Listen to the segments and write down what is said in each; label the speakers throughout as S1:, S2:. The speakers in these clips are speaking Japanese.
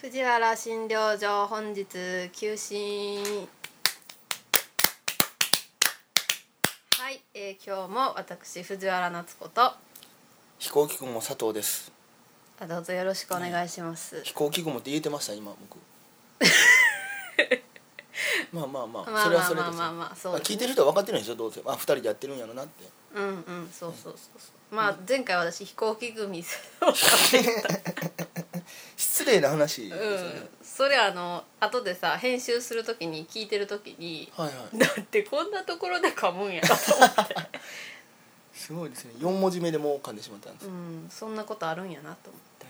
S1: 藤原診療所本日休診はい、えー今日も私藤原夏子とあ
S2: 飛行機雲佐藤です
S1: どうぞよろしくお願いします、
S2: 飛行機雲って言えてました今僕まあまあまあ、
S1: まあ
S2: それはそれですよ、
S1: まあまあまあそう
S2: まあ聞いてる人は分かってるんでしょどうせあ二人でやってるんやろなって
S1: うんうんそうそうそうそうまあ前回私飛行機組そう
S2: 失礼な話ですよね、
S1: うんそれあの後でさ編集するときに聞いてるときに
S2: はいはい
S1: だってこんなところで噛むんやろと
S2: すごいですね四文字目でもう噛んでしまったんです、
S1: うんそんなことあるんやなと思って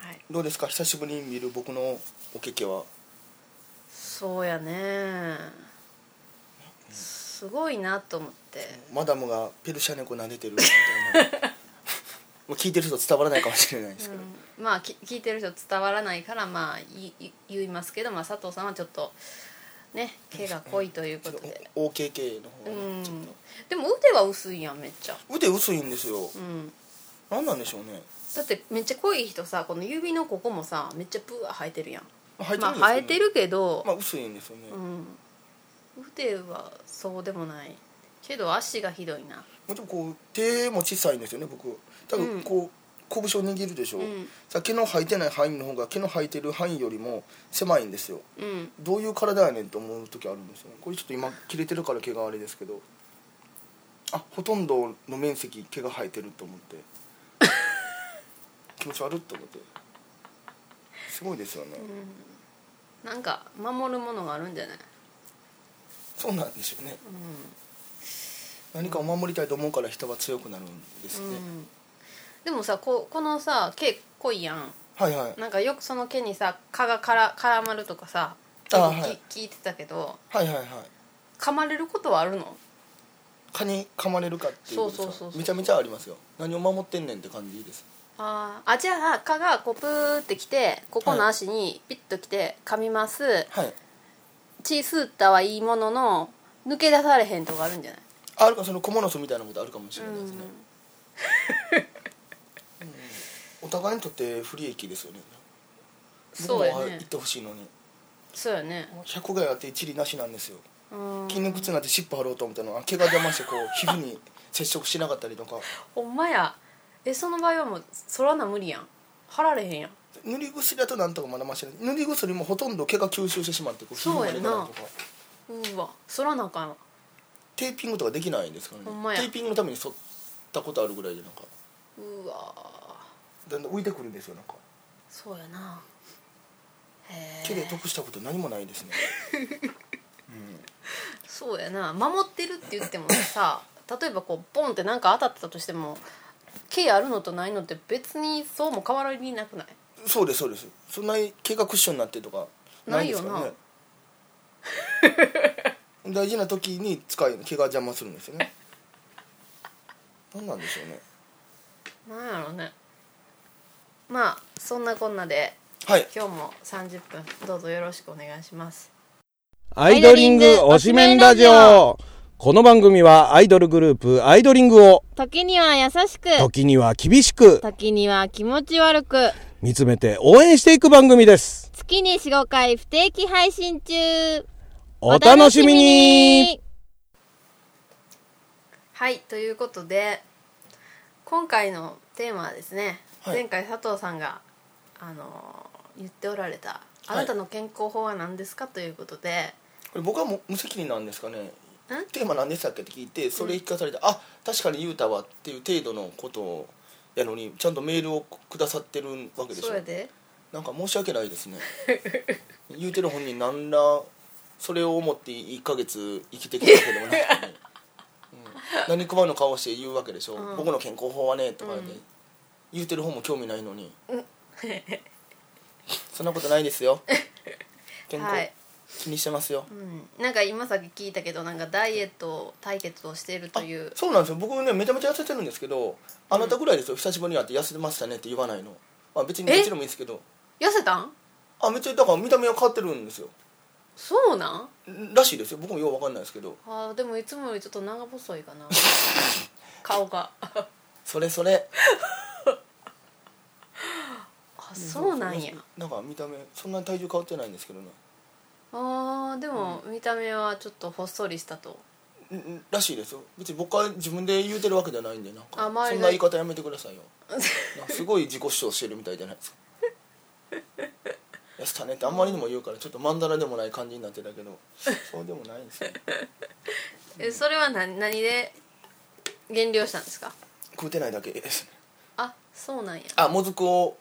S2: うん
S1: はい
S2: どうですか久しぶりに見る僕のおけけは
S1: そうやねすごいなと思って
S2: マダムがペルシャ猫撫でてるみたいなもう聞いてる人伝わらないかもしれないですけど、
S1: うん、まあき聞いてる人伝わらないからまあいい言いますけど、まあ、佐藤さんはちょっとね毛が濃いという
S2: ち
S1: こ
S2: ょ
S1: と
S2: っと
S1: で、
S2: お OKK の方
S1: う
S2: がね
S1: ん
S2: ちょっ、
S1: でも腕は薄いやんめっちゃ、
S2: と腕薄いんですよ、
S1: うん、
S2: なんなんでしょうね
S1: だってめっちゃ濃い人さこの指のここもさめっちゃプー生えてるやん
S2: 生えてるんですよね
S1: まあ生えてるけど、
S2: まあ薄いんですよね、
S1: うん、腕はそうでもないけど足がひどいな
S2: もちろんこう手も小さいんですよね僕多分こう、拳を握るでしょ、
S1: うん
S2: さ毛の生えてない範囲の方が毛の生えてる範囲よりも狭いんですよ
S1: うん
S2: どういう体やねんと思う時あるんですよねこれちょっと今切れてるから毛があれですけどあほとんどの面積毛が生えてると思って気持ち悪っと思ってすごいですよね、
S1: なんか守るものがあるんじゃない、
S2: そうなんですよね
S1: う
S2: 何かを守りたいと思うから人は強くなるんです
S1: ん
S2: ね、
S1: うんでもさここのさ毛濃いやん
S2: はいはい
S1: なんかよくその毛にさ蚊がから絡まるとかさ
S2: あ
S1: よくき
S2: はい
S1: 聞いてたけど
S2: はいはいはい
S1: 噛まれることはあるの
S2: 蚊に噛まれるかっていうことですか
S1: そうそうそうそう
S2: めちゃめちゃありますよ何を守ってんねんって感じです
S1: あーあじゃあ蚊がこうプーってきてここの足にピッときて噛みます、
S2: はい
S1: 血吸ったはいいものの抜け出されへんとかあるんじゃない、
S2: ああるかその蜘蛛の巣みたいなことあるかもしれないですね、お互いにとって不利益ですよね
S1: そうや
S2: 僕も行
S1: ね
S2: ってほしいのに
S1: そうやね
S2: 100害あって一理なしなんですよ
S1: うん
S2: 筋肉痛になって尻尾張ろうと思ったのあ毛が邪魔してこう皮膚に接触しなかったり とか
S1: ほんまやえその場合はもうそらな無理やん貼られへんやん
S2: 塗り薬だとなんとかまだましだ塗り薬もほとんど毛が吸収してしまってこう皮
S1: そ
S2: 膚
S1: う
S2: ま
S1: や
S2: で
S1: な
S2: ならんとか
S1: うわそらなあかんわ
S2: テーピングとかできないんですからね
S1: ほんまや
S2: テーピングのために剃ったことあるぐらいでなんか
S1: うわ
S2: だんだん浮いてくるんですよなんか
S1: そうやなへ
S2: 手で
S1: え
S2: 得したこと何もないですね
S1: そうやな守ってるって言ってもさ例えばこうボンってなんか当たってたとしても毛あるのとないのって別にそうも変わりなくない
S2: そうですそうですそんなに毛がクッションになってとかないですから
S1: ない
S2: ね
S1: よ
S2: 大事な時に使い毛が邪魔するんですよね何なんでしょうね
S1: なんやろうねまあそんなこんなで
S2: はい
S1: 今日も30分どうぞよろしくお願いします
S3: アイドリング推しメンラジオこの番組はアイドルグループアイドリングを
S4: 時には優しく
S3: 時には厳しく
S4: 時には気持ち悪く
S3: 見つめて応援していく番組です。
S4: 月に45回不定期配信中
S3: お楽しみに
S1: はいということで今回のテーマはですね、
S2: はい
S1: 前回佐藤さんが、あのー言っておられた「あ
S2: は
S1: な
S2: い
S1: たの健康法は何ですか?」ということで、
S2: これ僕はもう無責任なんですかねテーマ何でしたっけって聞いてそれ聞かされて、あ確かに言うたわっていう程度のことやのにちゃんとメールをくださってるわけでしょ
S1: そうやで
S2: なんか申し訳ないですね 言うてる本人なんらそれを思って1ヶ月生きてきたわけでもなくて、ねうん、何食わぬ顔して言うわけでしょ、
S1: うん
S2: 僕の健康法はねとかで、
S1: うん
S2: 言うてる方も興味ないのに、そんなことないで すよ健康、
S1: はい
S2: 気にしてますよ
S1: うん、なんか今さっき聞いたけどなんかダイエット対決をしているという
S2: そうなんですよ僕ねめちゃめちゃ痩せてるんですけどあなたぐらいですよ、久しぶりに会って痩せてましたねって言わないの、まあ、別に
S1: え
S2: どっちでもいいですけど
S1: 痩せたん
S2: あめっちゃだから見た目は変わってるんですよ
S1: そうなん
S2: らしいですよ僕もようわかんないですけど
S1: あーでもいつもよりちょっと長細いか な顔が
S2: それそれ
S1: ああそうなんや
S2: なんか見た目そんなに体重変わってないんですけどね
S1: あーでも見た目はちょっとほっそりしたと
S2: うんうんらしいですよ別に僕は自分で言うてるわけじゃないんでなんか
S1: あ
S2: そん
S1: 周りが
S2: な言い方やめてくだ さいよなんかすごい自己主張してるみたいじゃないですか「痩せたね」ってあんまりにも言うからちょっとまんだらでもない感じになってたけどそうでもないん ですよ
S1: えそれは何何で減量したんですか
S2: 食うてないだけです
S1: あそうなんや
S2: あもずくを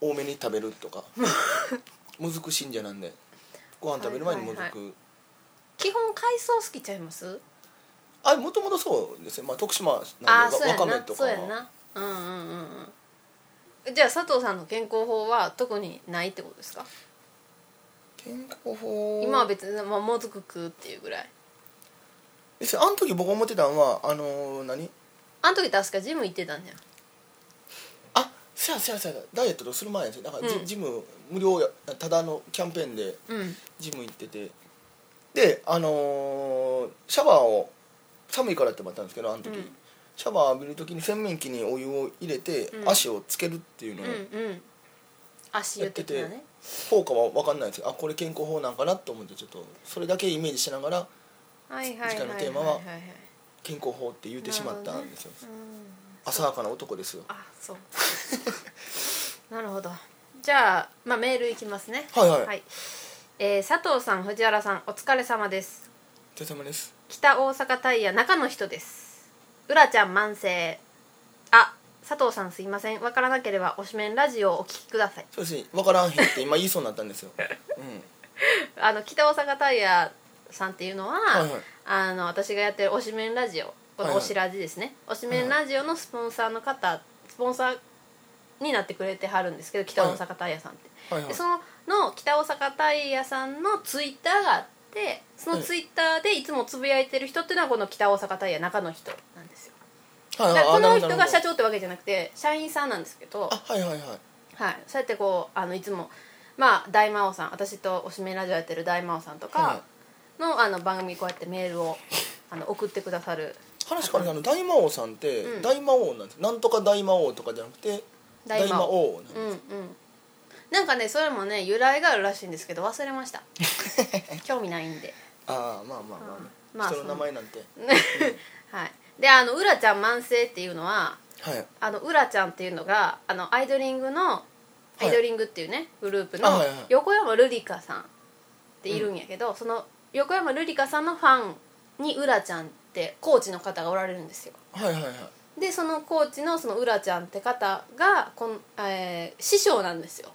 S2: 多めに食べる とかもずく信者なんでご飯食べる前にもずく、
S1: はいはい基本海藻好きちゃいます
S2: あもともとそうですね、まあ、徳島な
S1: あ
S2: んで
S1: そう
S2: わ
S1: や
S2: かめ
S1: な
S2: とか
S1: そうやなうんうんうんうんじゃあ佐藤さんの健康法は特にないってことですか
S2: 健康法
S1: 今は別に、まあ、もずく食うっていうぐらい
S2: 別にあの時僕思ってたのはあのー何
S1: あの時確かジム行ってたんじゃん
S2: あせやせやせやダイエットをする前ですよだからジ,、
S1: うん
S2: ジム無料やただのキャンペーンで
S1: うん
S2: ジム行っててであのーシャワーを寒いからって思ったんですけどあの時、
S1: うん
S2: シャワー浴びる時に洗面器にお湯を入れて、
S1: うん
S2: 足をつけるっていうの
S1: う
S2: を、
S1: んうん足湯的なね
S2: 効果は分かんないんですけどあこれ健康法なんかなと思ってちょっとそれだけイメージしながら
S1: はいはいはいはい
S2: 次回のテーマ
S1: は
S2: はい
S1: はい
S2: 健康法って言ってしまったんですよ、
S1: うん
S2: 浅はかな男ですよ
S1: あそう なるほどじゃあ、まあ、メールいきますね
S2: はいはい
S1: えー佐藤さん藤原さんお疲れ様です
S2: お疲れ様です
S1: 北大阪タイヤ中の人ですうらちゃん慢性あ佐藤さんすいませんわからなければおしめんラジオをお聞きください
S2: そうですね分からんへんって今言いそうになったんで すよ、うん、
S1: あの北大阪タイヤさんっていうのは、
S2: はいはい
S1: あの私がやってるおしめんラジオこ
S2: はい
S1: の
S2: はい
S1: おしラジですね、おしめんラジオのスポンサーの方スポンサーになってくれてはるんですけど北大阪タイヤさんって、
S2: はいはい
S1: でそのの北大阪タイヤさんのツイッターがあってそのツイッターでいつもつぶやいてる人っていうのはこの北大阪タイヤ中の人なんですよ
S2: はい
S1: だか
S2: はい
S1: らこ
S2: あな
S1: の
S2: るほど
S1: 人が社長ってわけじゃなくて社員さんなんですけど、
S2: あはいはいはい
S1: はい、そうやってこうあのいつもまあ大魔王さん私とおしめラジオやってる大魔王さんとか
S2: は
S1: の,、あの番組にこうやってメールを あの送ってくださる
S2: 話からねあの大魔王さんって
S1: うん
S2: 大魔王なんです、なんとか大魔王とかじゃなくて
S1: 大
S2: 大
S1: 魔
S2: 魔
S1: 王
S2: 王
S1: うんうんなんかねそれもね由来があるらしいんですけど忘れま した興味ないんで
S2: ああまあまあまあ、
S1: うんまあ
S2: 人の名前なんて
S1: はいであのうらちゃん慢性っていうのは
S2: はい
S1: あのうらちゃんっていうのがあのアイドリングの
S2: い
S1: アイドリングっていうね、グループの
S2: あはいはい
S1: 横山ルリカさんっているんやけど、その横山ルリカさんのファンにうらちゃんってコーチの方がおられるんですよ
S2: はいはいはい
S1: でそのコーチのそのうらちゃんって方がこの、えー師匠なんですよ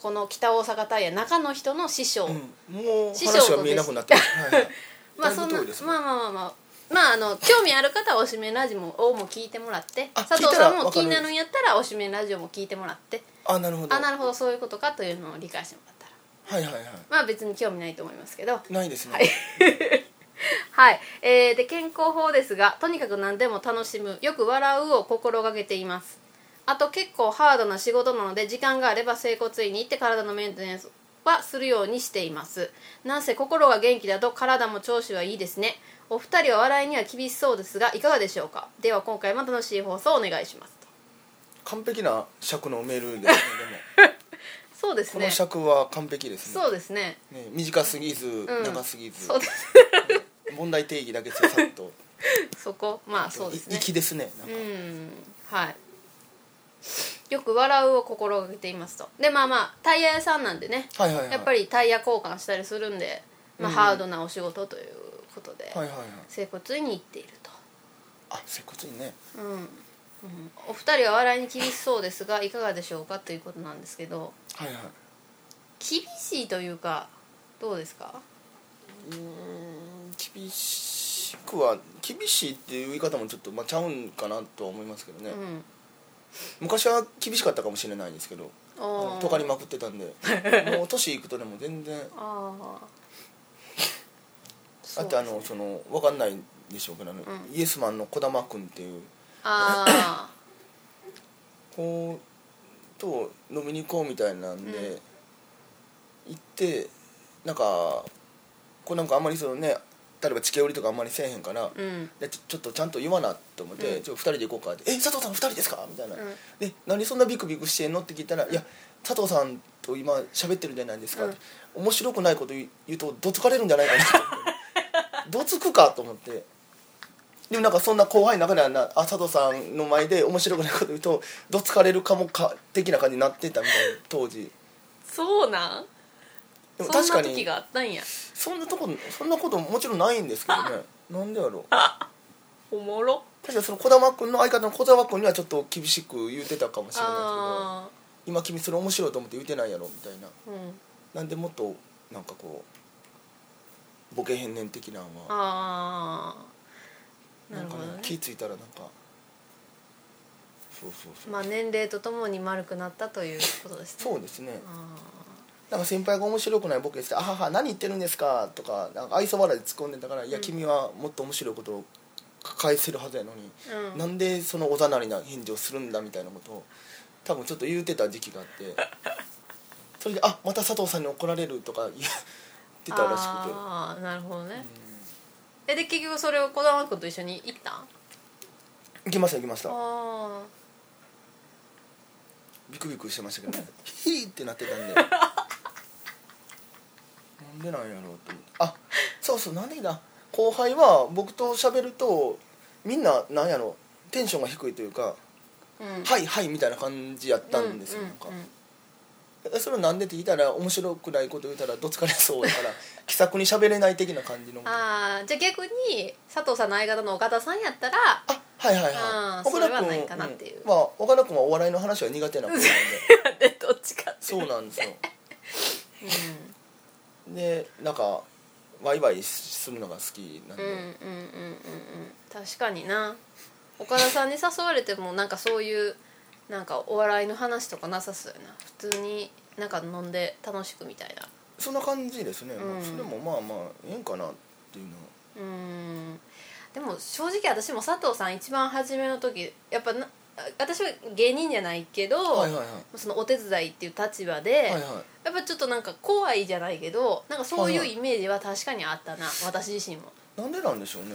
S1: この北大阪タイヤ中の人の師匠、
S2: うん、もう
S1: 師匠と弟子
S2: 話は見えなくなってます はいはい
S1: まあ
S2: だ
S1: そ
S2: い
S1: ん
S2: ぶ
S1: な
S2: 遠いですね
S1: まあまあまあまあまああの興味ある方はおしめラジオをも聞いてもらって
S2: あ
S1: 佐藤さん
S2: 聞いたら
S1: も
S2: わか
S1: 気
S2: る
S1: になるんやったらおしめラジオも聞いてもらって
S2: あなるほど
S1: あなるほどそういうことかというのを理解してもらったら
S2: はいはいはい
S1: まあ別に興味ないと思いますけど
S2: ないですね、
S1: はいはい、えーで健康法ですがとにかく何でも楽しむよく笑うを心がけていますあと結構ハードな仕事なので時間があれば整骨院に行って体のメンテナンスはするようにしていますなんせ心が元気だと体も調子はいいですねお二人は笑いには厳しそうですがいかがでしょうかでは今回も楽しい放送をお願いします
S2: 完璧な尺のメールですねでも
S1: そうです
S2: こ
S1: ね
S2: の尺は完璧ですね
S1: そうですね
S2: ね短すぎず、
S1: ん
S2: 長すぎず
S1: そうです
S2: 問題定義だけさっと
S1: そこまあ そうですね
S2: い粋ですねなんか、
S1: うんはいよく笑うを心がけていますとでまあまあタイヤ屋さんなんでね、
S2: はいはいはい
S1: やっぱりタイヤ交換したりするんで、まあ
S2: うん
S1: ハードなお仕事ということで、
S2: はいはいはい
S1: 整骨院に行っている
S2: あ接骨院ね
S1: と、うんうん、お二人は笑いに厳しそうですがいかがでしょうかということなんですけど
S2: はいはい
S1: 厳しいというかどうですか
S2: うーん厳しくは厳しいっていう言い方もちょっと、まあ、ちゃうんかなとは思いますけどね、
S1: うん
S2: 昔は厳しかったかもしれないですけど
S1: おー
S2: とかりまくってたん でもう年いくとでも全然
S1: ああ
S2: だってあのその分かんないでしょうけど、ね
S1: う
S2: イエスマンの児玉君っていう
S1: あ
S2: こうと飲みに行こうみたいなんで、
S1: うん
S2: 行ってなんかこうなんかあんまりそのね例えば地形売りとかあんまりせえへんから、
S1: うん
S2: でちょちょっとちゃんと言わなと思って、
S1: うん
S2: ちょっと2人で行こうかって「え佐藤さん2人ですか?」みたいな「
S1: ん
S2: で何そんなビクビクしてんの?」って聞いたら「いや佐藤さんと今喋ってるじゃないですか」って面白くないこと言う言うとどつかれるんじゃないか なって」どつくかと思って。でもなんかそんな後輩の中ではなあ佐藤さんの前で面白くないこと言うとどつかれるかもか的な感じになってたみたいな当時
S1: そうなん
S2: でも
S1: そん
S2: 確か
S1: な
S2: に
S1: 時があったんや
S2: そんなとこそんなこともちろんないんですけどねなんでやろう
S1: おもろ
S2: 確かにその児玉君の相方の児玉君にはちょっと厳しく言うてたかもしれないですけど
S1: あ
S2: 今君それ面白いと思って言うてないやろみたいな
S1: あうん
S2: なんでもっとなんかこうボケへんねん的なんは
S1: ああな
S2: な
S1: る
S2: ん
S1: ほ
S2: か、
S1: ど
S2: ね
S1: ね
S2: 気ぃ付いたらなんかそうそうそう、
S1: まあ年齢とともに丸くなったということですね
S2: そうですね
S1: あ
S2: なんか先輩が面白くないボケして「あはは何言ってるんですか」とかなんか愛想笑いで突っ込んでたから「いや君はもっと面白いことを返せるはずやのに、
S1: ーうん
S2: なんでそのおざなりな返事をするんだみたいなことを多分ちょっと言うてた時期があってそれで「あまた佐藤さんに怒られる」とか言ってたらしくて
S1: ああなるほどね、えで結局それを児玉君と一緒に行ったんあ
S2: 行きました行きました
S1: あ
S2: ビクビクして ましたけどねヒーってなってたんでなんでなんやろうと思ってあそうそうなんでだ後輩は僕と喋るとみんななんやろうテンションが低いというか
S1: うん
S2: 「はいはい」みたいな感じやったんですよ、
S1: うう
S2: なんか
S1: う
S2: えそれなんでって聞いたら面白くないこと言ったらどつかれそうだから 気さくに喋れない的な感じのあ
S1: ああじゃあ逆に佐藤さんの相方の岡田さんや ったら
S2: はいはい
S1: あ
S2: は
S1: ー
S2: い
S1: それはないかなっていう
S2: うんまあ岡田君はお笑いの話は苦手な子なんで
S1: でどっちかって
S2: そうなんですよ
S1: うん
S2: でなんかワイワイするのが好きなん
S1: う
S2: で、
S1: んうんうんうんうん確かにな岡田さんに誘われてもなんかそういうなんかお笑いの話とかなさそうやな普通になんか飲んで楽しくみたいな
S2: そんな感じですね、
S1: うん
S2: まあそれもまあまあええんかなっていうのは
S1: うんでも正直私も佐藤さん一番初めの時やっぱな私は芸人じゃないけど、
S2: はいはいはい
S1: そのお手伝いっていう立場で、
S2: はいは
S1: やっぱちょっとなんか怖いじゃないけどなんかそういうイメージは確かにあったな私自身も、
S2: いなんでなんでしょうね、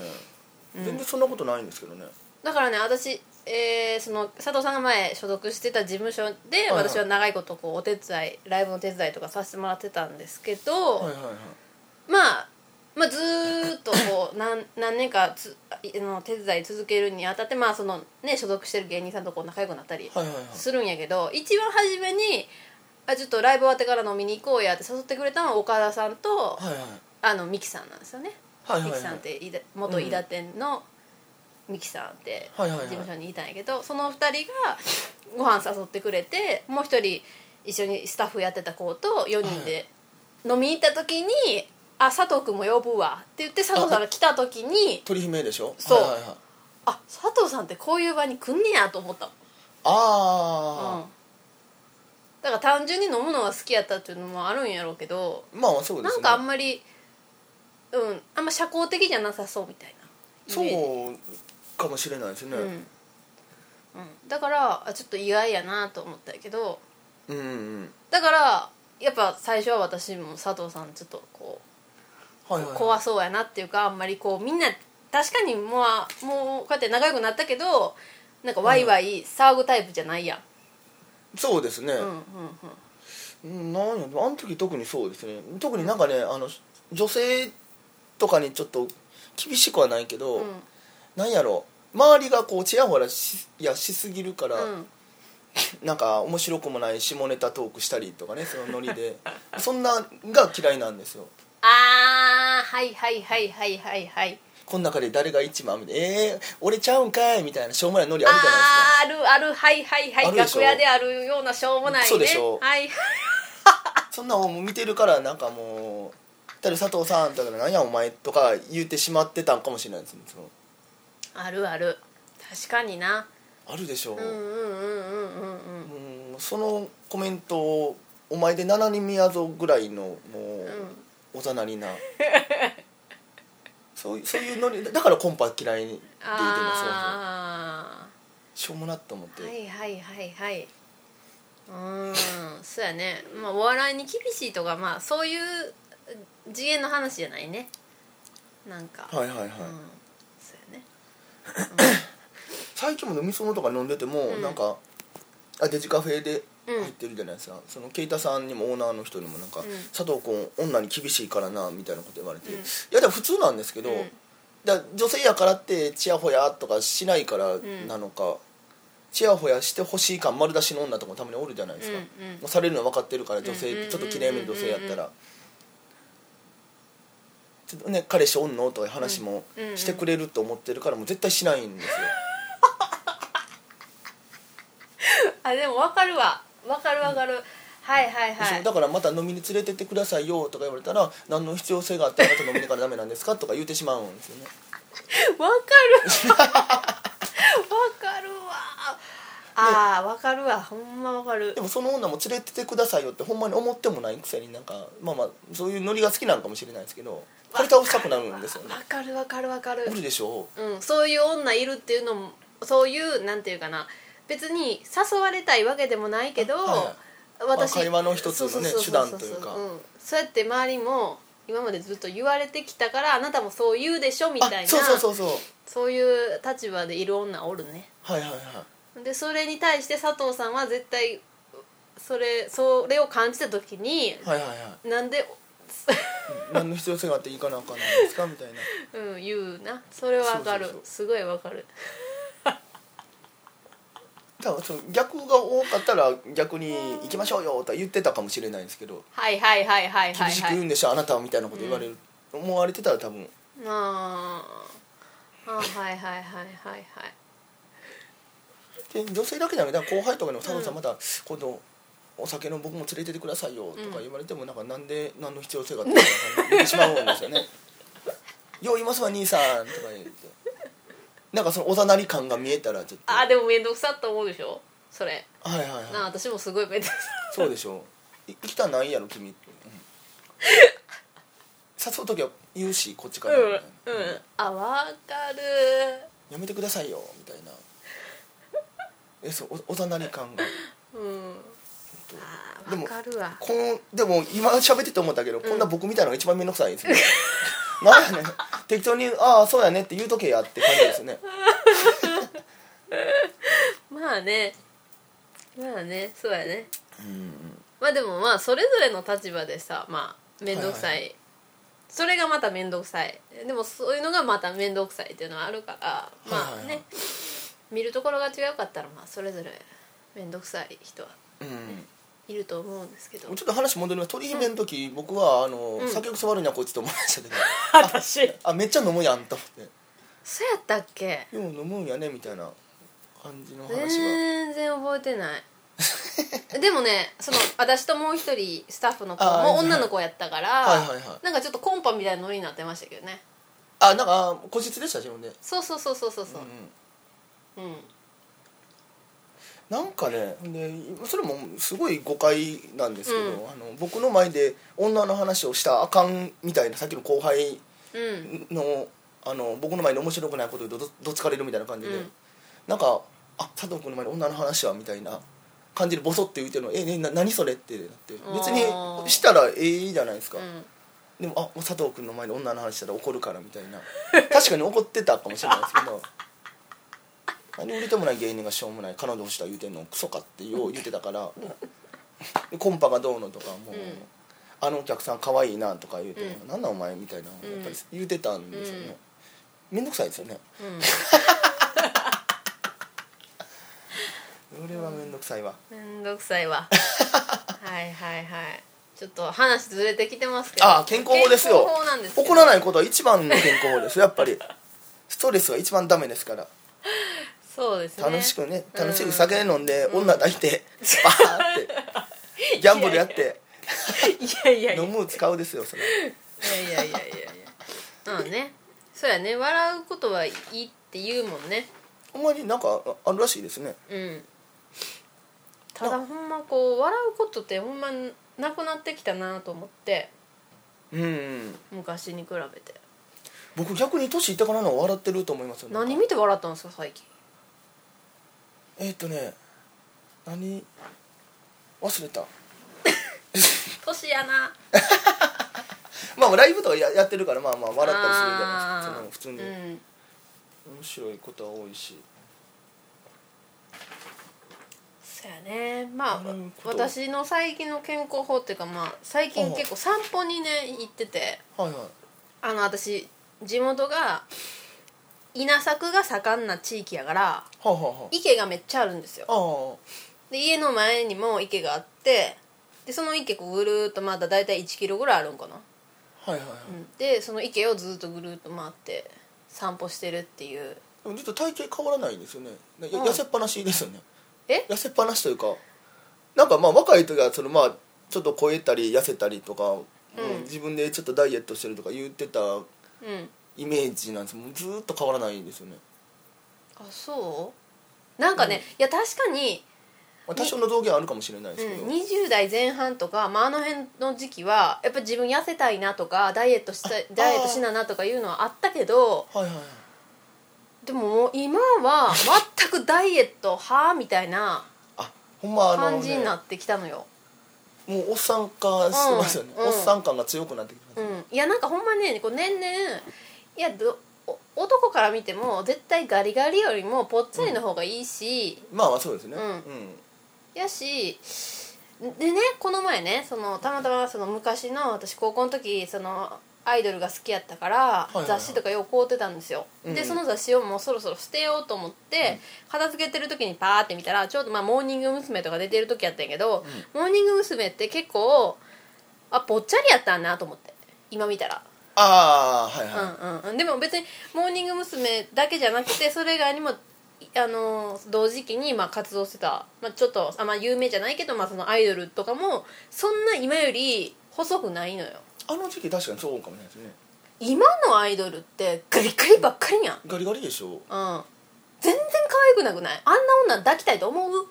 S1: うん
S2: 全然そんなことないんですけどね
S1: だからね私、えーその佐藤さんが前所属してた事務所で
S2: はいはい
S1: 私は長いことこうお手伝いライブの手伝いとかさせてもらってたんですけど、
S2: はいはいはい
S1: まあまあ、ずーっとこう何 何年かつあの手伝い続けるにあたって、まあそのね、所属してる芸人さんとこう仲良くなったり
S2: はいはいはい
S1: するんやけど一番初めにあ「ちょっとライブ終わってから飲みに行こうや」って誘ってくれたのは岡田さんと
S2: はいはい
S1: あのミキさんなんですよね、
S2: はいはいはい
S1: ミキさんっていだ元
S2: うん
S1: 伊田店のミキさんって
S2: はい
S1: 事
S2: はいはい
S1: 務所にいたんやけど、その2人がご飯誘ってくれてもう1人一緒にスタッフやってた子と4人で飲みに行った時に「あ佐藤君も呼ぶわ」って言って佐藤さんが来た時に
S2: 鳥姫でしょ
S1: そう
S2: はいはいはい
S1: 「あ佐藤さんってこういう場に来んねや」と思ったもんうん
S2: ああ、
S1: だから単純に飲むのが好きやったっていうのもあるんやろうけど、
S2: まあまあそうで
S1: な
S2: す
S1: んかあんまりうんあんま社交的じゃなさそうみたいな
S2: そ
S1: イメージ
S2: うかもしれないですね
S1: うん、うん、だからあちょっと意外やなと思ったけど
S2: うんうん
S1: だからやっぱ最初は私も佐藤さんちょっとこ
S2: はいうはい
S1: 怖そうやなっていうかあんまりこうみんな確かにもうもうこうやって仲良くなったけどなんかワイワイ騒ぐタイプじゃないやん、
S2: そうですね、
S1: うんうん
S2: うんなんやあの時特にそうですね特になんかねあの女性とかにちょっと厳しくはないけど、
S1: うん
S2: なんやろ周りがこうちやほらしいやしすぎるから、
S1: うん
S2: なんか面白くもない下ネタトークしたりとかねそのノリで そんなんが嫌いなんですよ
S1: あーはいはいはいはいはいはい
S2: この中で誰が一番みたいな「えー、俺ちゃうんかい」みたいなしょうもないノリあるじゃないですか
S1: あーあるあるはいはいは
S2: あ
S1: い
S2: るでしょ
S1: 楽屋であるようなしょうもないね
S2: そうでしょ
S1: はい
S2: そんなんを見てるからなんかもう「たる佐藤さん」とか「なんやお前」とか言ってしまってたんかもしれないですねその
S1: あるある確かにな
S2: あるでしょう、
S1: うんうんうんうんうんうん
S2: うんそのコメントをお前で七人目やぞぐらいのもう、おざなりなそういうそういうのにだからコンパ嫌いって言ってますよ
S1: あ
S2: しょうもなと思って、
S1: あはいはいはいはいうーんそうやね、まあ、お笑いに厳しいとかまあそういう次元の話じゃないねなんか、
S2: はいはいはい、
S1: うんそうやね
S2: 最近も飲みそのとか飲んでても、
S1: うん
S2: なんかあデジカフェで
S1: うん
S2: 入ってるじゃないですか、そのケイタさんにもオーナーの人にもなんか、
S1: うん
S2: 佐藤君女に厳しいからなみたいなこと言われて、
S1: うん
S2: いやでも普通なんですけど、
S1: うん
S2: だから女性やからってチヤホヤとかしないから
S1: ん
S2: なのか、チヤホヤしてほしい感丸出しの女とかもたまにおるじゃないですか、
S1: うんうん
S2: もうされるのは分かってるから女性、
S1: うんうんうん
S2: ちょっときれいめの女性やったら、
S1: うんうん
S2: ちょっとね彼氏おんのとかいう話も
S1: うんうんうん
S2: してくれると思ってるからもう絶対しないんですよ、
S1: あでも分かるわ分かる分かる、はいはいは
S2: そう
S1: い
S2: だからまた飲みに連れてってくださいよとか言われたら何の必要性があってあなた飲みにからダメなんですかとか言うてしまうんですよね
S1: わかるわか るわあーわかるわほんまわかる
S2: でもその女も連れてってくださいよってほんまに思ってもないくせになんかまあまあそういうノリが好きなのかもしれないですけどこれ倒したくなるんですよね
S1: わかるわかるわかる
S2: 無理でしょ
S1: うん、そういう女いるっていうのもそういうなんていうかな別に誘われたいわけでもないけど、
S2: はいはい
S1: 私
S2: まあ会話の一つのね
S1: そうそうそうそう
S2: 手段というか
S1: んそうやって周りも今までずっと言われてきたからあなたもそう言うでしょみ
S2: あ
S1: たいな
S2: そうそうそうそう
S1: そういう立場でいる女おるね
S2: はいはいはい
S1: でそれに対して佐藤さんは絶対それそれを感じた時に、
S2: はいはいはい
S1: なんで、
S2: 何の必要性があっていいかなあかんないですかみたいな
S1: うん、言うなそれわかる
S2: そうそうそう
S1: すごいわかる
S2: 多分その逆が多かったら逆に「行きましょうよ」とは言ってたかもしれないんですけど
S1: はいはいはいはいは
S2: 厳
S1: い
S2: しく
S1: はい
S2: 言うんでしょあなたはみたいなこと言われる思われてたら多分
S1: あーあーはいはいはいはいはい
S2: で女性だけじゃなくて後輩とかにも「佐藤さんまた今度お酒の僕も連れてってくださいよ」とか言われてもなんかなんで何の必要性があって言ってしまうんです よね「よういますわ兄さん」とか言ってなんかそのおざなり感が見えたらちょっと
S1: あーでも面倒くさって思うでしょそれ
S2: はいはいはい
S1: なあ私もすごい面倒くさ
S2: そうでしょい行きたないやろ君、うん、誘う時は言うしこっちか
S1: う
S2: ら、
S1: んうん
S2: みたいな
S1: あわかる
S2: やめてくださいよみたいなえそうおおざなり感が
S1: うんあーわかるわ
S2: このでも今喋ってて思ったけど、こんな僕みたいなのが一番面倒くさいですね なんやねん適当に「ああそうやね」って言うとけやって感じですね
S1: まあねまあねそうやね
S2: うん
S1: まあでもまあそれぞれの立場でさまあ面倒くさい、
S2: はい
S1: それがまた面倒くさいでもそういうのがまた面倒くさいっていうのはあるからまあね、
S2: はいはいはい
S1: 見るところが違うかったらまあそれぞれ面倒くさい人は
S2: うん
S1: いると思うんですけど
S2: ちょっと話戻ります鳥姫の時、僕はあの、
S1: ん
S2: 酒癖悪いなこいつと思いましたけど
S1: 私
S2: あめっちゃ飲むやんと思って
S1: そうやったっけ
S2: 「よう飲むんやね」みたいな感じの話は、
S1: 全然覚えてない でもねその私ともう一人スタッフの子
S2: あー
S1: も女の子やったから、
S2: はいはいはい
S1: なんかちょっとコンパみたいなノリになってましたけどね
S2: あなんかあ個室でした自分で
S1: そうそうそうそうそうそう
S2: う、ん
S1: うん
S2: なんかねでそれもすごい誤解なんですけど、
S1: うん
S2: あの僕の前で女の話をしたらあかんみたいなさっきの後輩
S1: うん
S2: のあの僕の前で面白くないこと言うとどどつかれるみたいな感じで、
S1: うん
S2: なんか「あ佐藤君の前で女の話は」みたいな感じでボソって言うてるの「えねな何それ?」ってなって別に
S1: あー
S2: したらええじゃないですか、
S1: うん
S2: でも「あもう佐藤君の前で女の話したら怒るから」みたいな 確かに怒ってたかもしれないですけど何売れてもない芸人がしょうもない彼女欲しいとは言うてんのクソかってよう言ってたからでコンパがどうのとかもう、
S1: ん
S2: あのお客さん可愛いなとか言うて、
S1: うん
S2: なんなんお前みたいなのをやっぱり言うてたんですよね、めんどくさいですよね
S1: うん
S2: それはめんどくさいわ、
S1: めんどくさい わはいはいはいちょっと話ずれてきてますけど
S2: ああ健康法ですよ
S1: 健康法なんですけど
S2: 怒らないことは一番の健康法ですよや っぱりストレスが一番ダメですから
S1: そうですね
S2: 楽しくね
S1: うん
S2: 楽しく酒飲んで、女抱い てバーってギャンブルやって
S1: いやいやいや
S2: 飲む使うですよそれ
S1: いやいやいやいやいやまあねそうやね笑うことはいいって言うもんね
S2: ほんまになんかああるらしいですね
S1: うんただほんまこう笑うことってほんまなくなってきたなと思って
S2: うん
S1: 昔に比べて
S2: 僕逆に年いってからの笑ってると思いますよなんか
S1: 何見て笑ったんですか最近
S2: えーっとね何忘れた
S1: 年やな
S2: まあライブとかややってるからまあまあ笑ったりするじゃない
S1: あー
S2: ですかその普通
S1: う
S2: に面
S1: ん
S2: 白いことは多いし
S1: そうやねまあ
S2: なるほど
S1: 私の最近の健康法っていうかまあ最近結構散歩にね行ってて
S2: はいはい
S1: あの私地元が稲作が盛んな地域やから
S2: はあ、は
S1: 池がめっちゃあるんですよ
S2: あは
S1: で家の前にも池があってでその池こうぐるーっとまだ大体1キロぐらいあるんかな、
S2: あはいはいはい、
S1: うんでその池をずっとぐるーっと回って散歩してるっていう
S2: でもずっと体型変わらないんですよねなや
S1: うん
S2: 痩せっぱなしですよね
S1: え
S2: 痩せっぱなしというかなんかまあ若い時はそのまあちょっと超えたり痩せたりとか、
S1: ん
S2: うん自分でちょっとダイエットしてるとか言ってた
S1: うん
S2: イメージなんですもうずーっと変わらないんですよね、
S1: あそうなんかね、いや確かに、
S2: まあ、多少の増減あるかもしれないですけど、
S1: うん、20代前半とか、まあ、あの辺の時期はやっぱり自分痩せたいなとかダイエットしたいダイエットしななとかいうのはあったけど
S2: はいはいはい
S1: でももう今は全くダイエットはみたいな
S2: あほんまあの、
S1: 感じ
S2: ね
S1: に、なってきたのよ、
S2: もうおっさん化してますよね、
S1: うんうん
S2: おっさん感が強くなってきてます、
S1: う
S2: ね
S1: ん、いやなんかほんまねこう年々いやどお男から見ても絶対ガリガリよりもぽっちゃりの方がいいし、
S2: まあまあそうですね
S1: うん
S2: うん
S1: やしでねこの前ねそのたまたまその昔の私高校の時そのアイドルが好きやったから、
S2: いはいはい
S1: 雑誌とかよく買うてたんですよ、
S2: うんう
S1: で
S2: ん
S1: その雑誌をもうそろそろ捨てようと思って、片付けてる時にパーって見たらちょうどまあモーニング娘。とか出てる時やったんやけど、モーニング娘。って結構あぽっちゃりやったんなと思って今見たら。
S2: ああはい
S1: うん
S2: はい、
S1: うんうん、でも別にモーニング娘。だけじゃなくてそれ以外にもいあのー同時期にまあ活動してた、まあ、ちょっとあんま有名じゃないけど、まあ、そのアイドルとかもそんな今より細くないのよ
S2: あの時期確かにそうかもしれないですね
S1: 今のアイドルってガリガリばっかりやん、
S2: ガリガリでしょ
S1: うん、全然可愛くなくないあんな女抱きたいと思う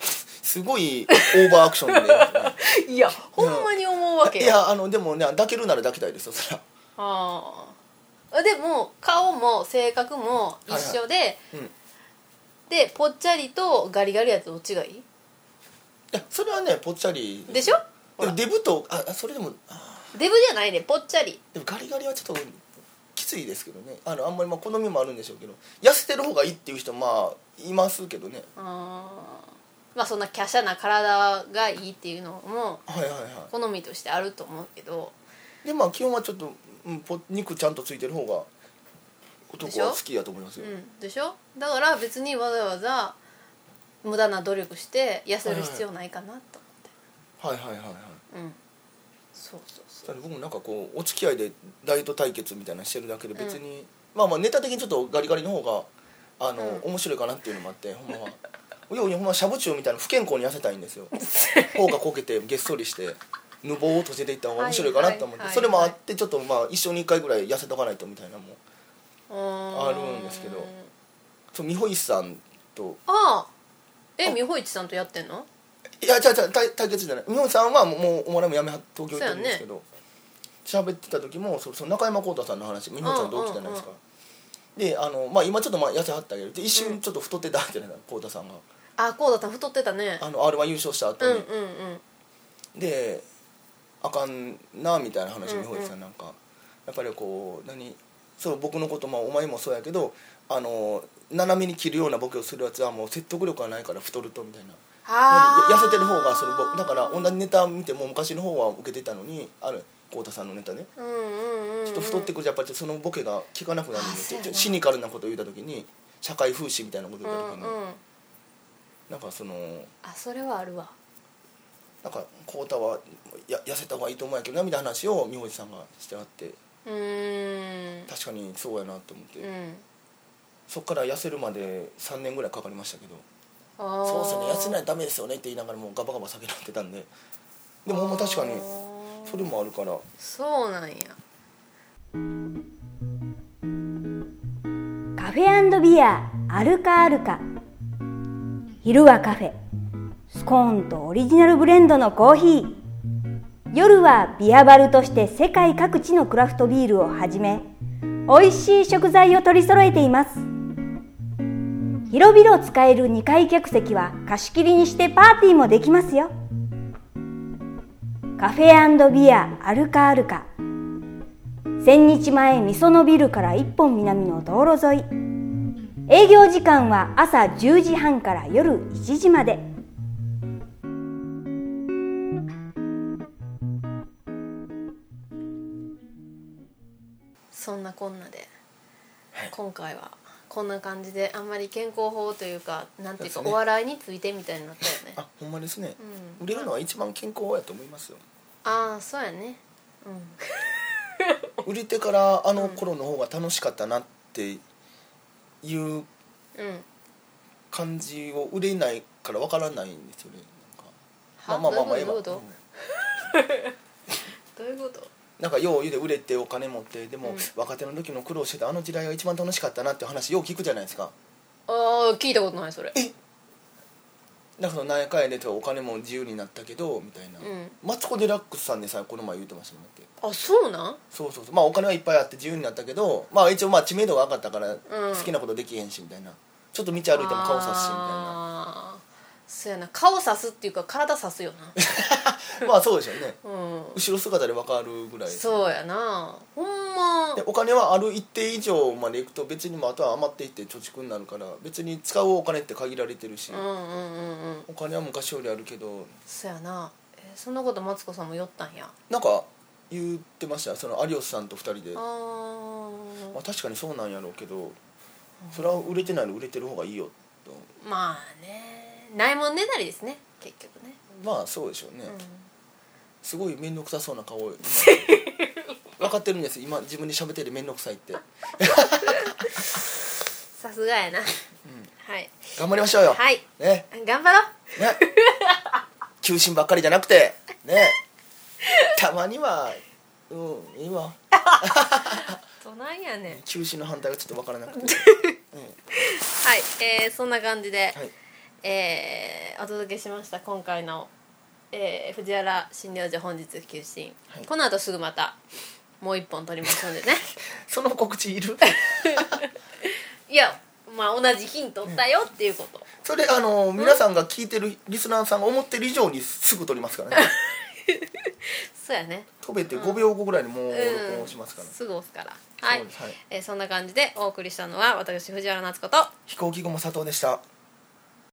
S2: すごいオーバーアクション で、
S1: いやほんまに思うわけ
S2: いやあのでもね抱けるなら抱きたいですよそら
S1: ああでも顔も性格も一緒で、
S2: うんい
S1: でぽっちゃりとガリガリやつどっちがいい
S2: やそれはねぽっちゃり
S1: でしょほ
S2: で
S1: ら
S2: もデブとああそれでもあ
S1: デブじゃないねぽっちゃり
S2: でもガリガリはちょっときついですけどねあのあんまりまあ好みもあるんでしょうけど痩せてる方がいいっていう人まあいますけどね
S1: あーまあそんな華奢な体がいいっていうのも
S2: はいはいはい
S1: 好みとしてあると思うけど
S2: でまあ基本はちょっと、うん、ぽ肉ちゃんとついてる方が男は好きやと思います
S1: う
S2: よ、
S1: んでしょだから別にわざわざ無駄な努力して痩せる必要ないかなと
S2: はいはいはいはい
S1: 思って、うんそうそうそ
S2: ただ僕もなんかこうお付き合いでダイエット対決みたいなのしてるだけで別に、まあまあネタ的にちょっとガリガリの方があの、面白いかなっていうのもあってほんまは いやいやほんましゃぶちゅうみたいな不健康に痩せたいんで すよ頬がこけてげっそりしてぬぼーっとしていった方が面白いかなと思って、
S1: はいはいはいはい
S2: それもあってちょっとまあ一生に一回ぐらい痩せとかないとみたいなのも
S1: うあ
S2: あるんですけどそう美穂一さんと
S1: ああえ美穂一さんとやってんの
S2: いや違う違う対対決じゃない美穂さんはもうもうお笑いもやめは東京行ってるんですけど喋、ってた時もそその中山浩太さんの話美穂さん同期じゃないですか、であの、まあ、今ちょっとまあ痩せはってあげるで一瞬ちょっと太ってたじゃないですか浩太さんが
S1: あこうだった太ってたね
S2: あの r 1優勝した後
S1: うんう
S2: に、
S1: んうん
S2: であかんなみたいな話
S1: うん
S2: を
S1: うん
S2: 美穂さんなんか、やっぱりこう何そう僕のこともお前もそうやけどあの斜めに切るようなボケをするやつはもう説得力がないから太るとみたいな
S1: あー
S2: 痩せてる方がそのぼだから同じネタ見ても昔の方は受けてたのにある浩太さんのネタね
S1: うんうんうんうん
S2: ちょっと太ってくるとやっぱりそのボケが効かなくなるん
S1: あ
S2: で
S1: そうやな
S2: ちょシニカルなことを言った時に社会風刺みたいなこと
S1: う
S2: を言った
S1: ん
S2: 時に、
S1: うん
S2: なんかその
S1: あそれはあるわ
S2: なんか浩太はや痩せた方がいいと思うんやけどなみたいな話を美穂さんがしてあって
S1: うーん
S2: 確かにそうやなと思って、
S1: うん
S2: そっから痩せるまで3年ぐらいかかりましたけど
S1: そ
S2: そうですね痩せないとダメですよねって言いながらもうガバガバ酒飲んでたんででもほんま確かにそれもあるから。
S1: そうなんや
S5: カフェビアアルカアルカ昼はカフェスコーンとオリジナルブレンドのコーヒー夜はビアバルとして世界各地のクラフトビールをはじめ美味しい食材を取り揃えています広々使える2階客席は貸し切りにしてパーティーもできますよカフェビアアルカアルカ千日前みそのビルから一本南の道路沿い営業時間は朝10時半から夜1時まで
S1: そんなこんなで、今回はこんな感じであんまり健康法というかなんていうか
S2: そうですね
S1: お笑いについてみたいになったよね
S2: あほんまですね、
S1: うん
S2: 売れるのは一番健康やと思いますよ
S1: ああそうやねうん
S2: 売れてからあの頃の方が楽しかったなっていう
S1: うん
S2: 感じを売れないからわからないんですよねな
S1: は
S2: んかまあまあま
S1: どう
S2: あまあ
S1: いう
S2: 今
S1: ことどういうこと
S2: なんかよう言うで売れてお金持ってでも、
S1: うん
S2: 若手の時の苦労してたあの時代が一番楽しかったなって話よう聞くじゃないですか
S1: ああ聞いたことないそれ
S2: だから何回でお金も自由になったけどみたいな、
S1: うん
S2: マツコ・デラックスさんでさえこの前言ってましたもんだって
S1: あそうなん
S2: そうそうそうまあお金はいっぱいあって自由になったけどまあ一応まあ知名度が上がったから
S1: ん
S2: 好きなことできへんしみたいな、ちょっと道歩いても顔さすしみたいな
S1: あーそうやな顔さすっていうか体さすよな
S2: まあそうでしょうね
S1: うん
S2: 後ろ姿で分かるぐらい
S1: そうやなほんま
S2: でお金はある一定以上までいくと別にもうあとは余っていって貯蓄になるから別に使うお金って限られてるし、
S1: うんうんうんうん
S2: お金は昔よりあるけど
S1: そうやなえそんなことマツコさんも酔ったんや
S2: なんか言ってましたよその有吉さんと2人で
S1: あ
S2: まあ、
S1: ー
S2: 確かにそうなんやろうけどそれは売れてないの売れてる方がいいよと
S1: まあねないもんねなりですね結局ね
S2: まあそうでしょうね、
S1: うん
S2: すごい面倒くさそう な顔を分かってるんです今自分で喋ってて面倒くさいって
S1: さすがやな、はい
S2: 頑張りましょうよ
S1: はい
S2: ね
S1: 頑張ろう
S2: ね求心ばっかりじゃなくてねたまにはうん今
S1: どないやねん
S2: 求心の反対がちょっと分からな くて
S1: はい、えーそんな感じで、
S2: はい
S1: えーお届けしました今回の、えー藤原診療所本日休診、
S2: はい
S1: この後すぐまたもう一本撮りますの でね
S2: その告知いる
S1: いやまあ同じヒントだよっていうこと、
S2: それあの皆さんが聞いてるリスナーさんが思ってる以上にすぐ撮りますからね
S1: そうやね
S2: 飛べて5秒後ぐらいにもう録
S1: う
S2: 音
S1: ん
S2: しますから、
S1: すぐ押すからはい
S2: そうですはい
S1: えーそんな感じでお送りしたのは私藤原夏子と
S2: 飛行機雲佐藤でした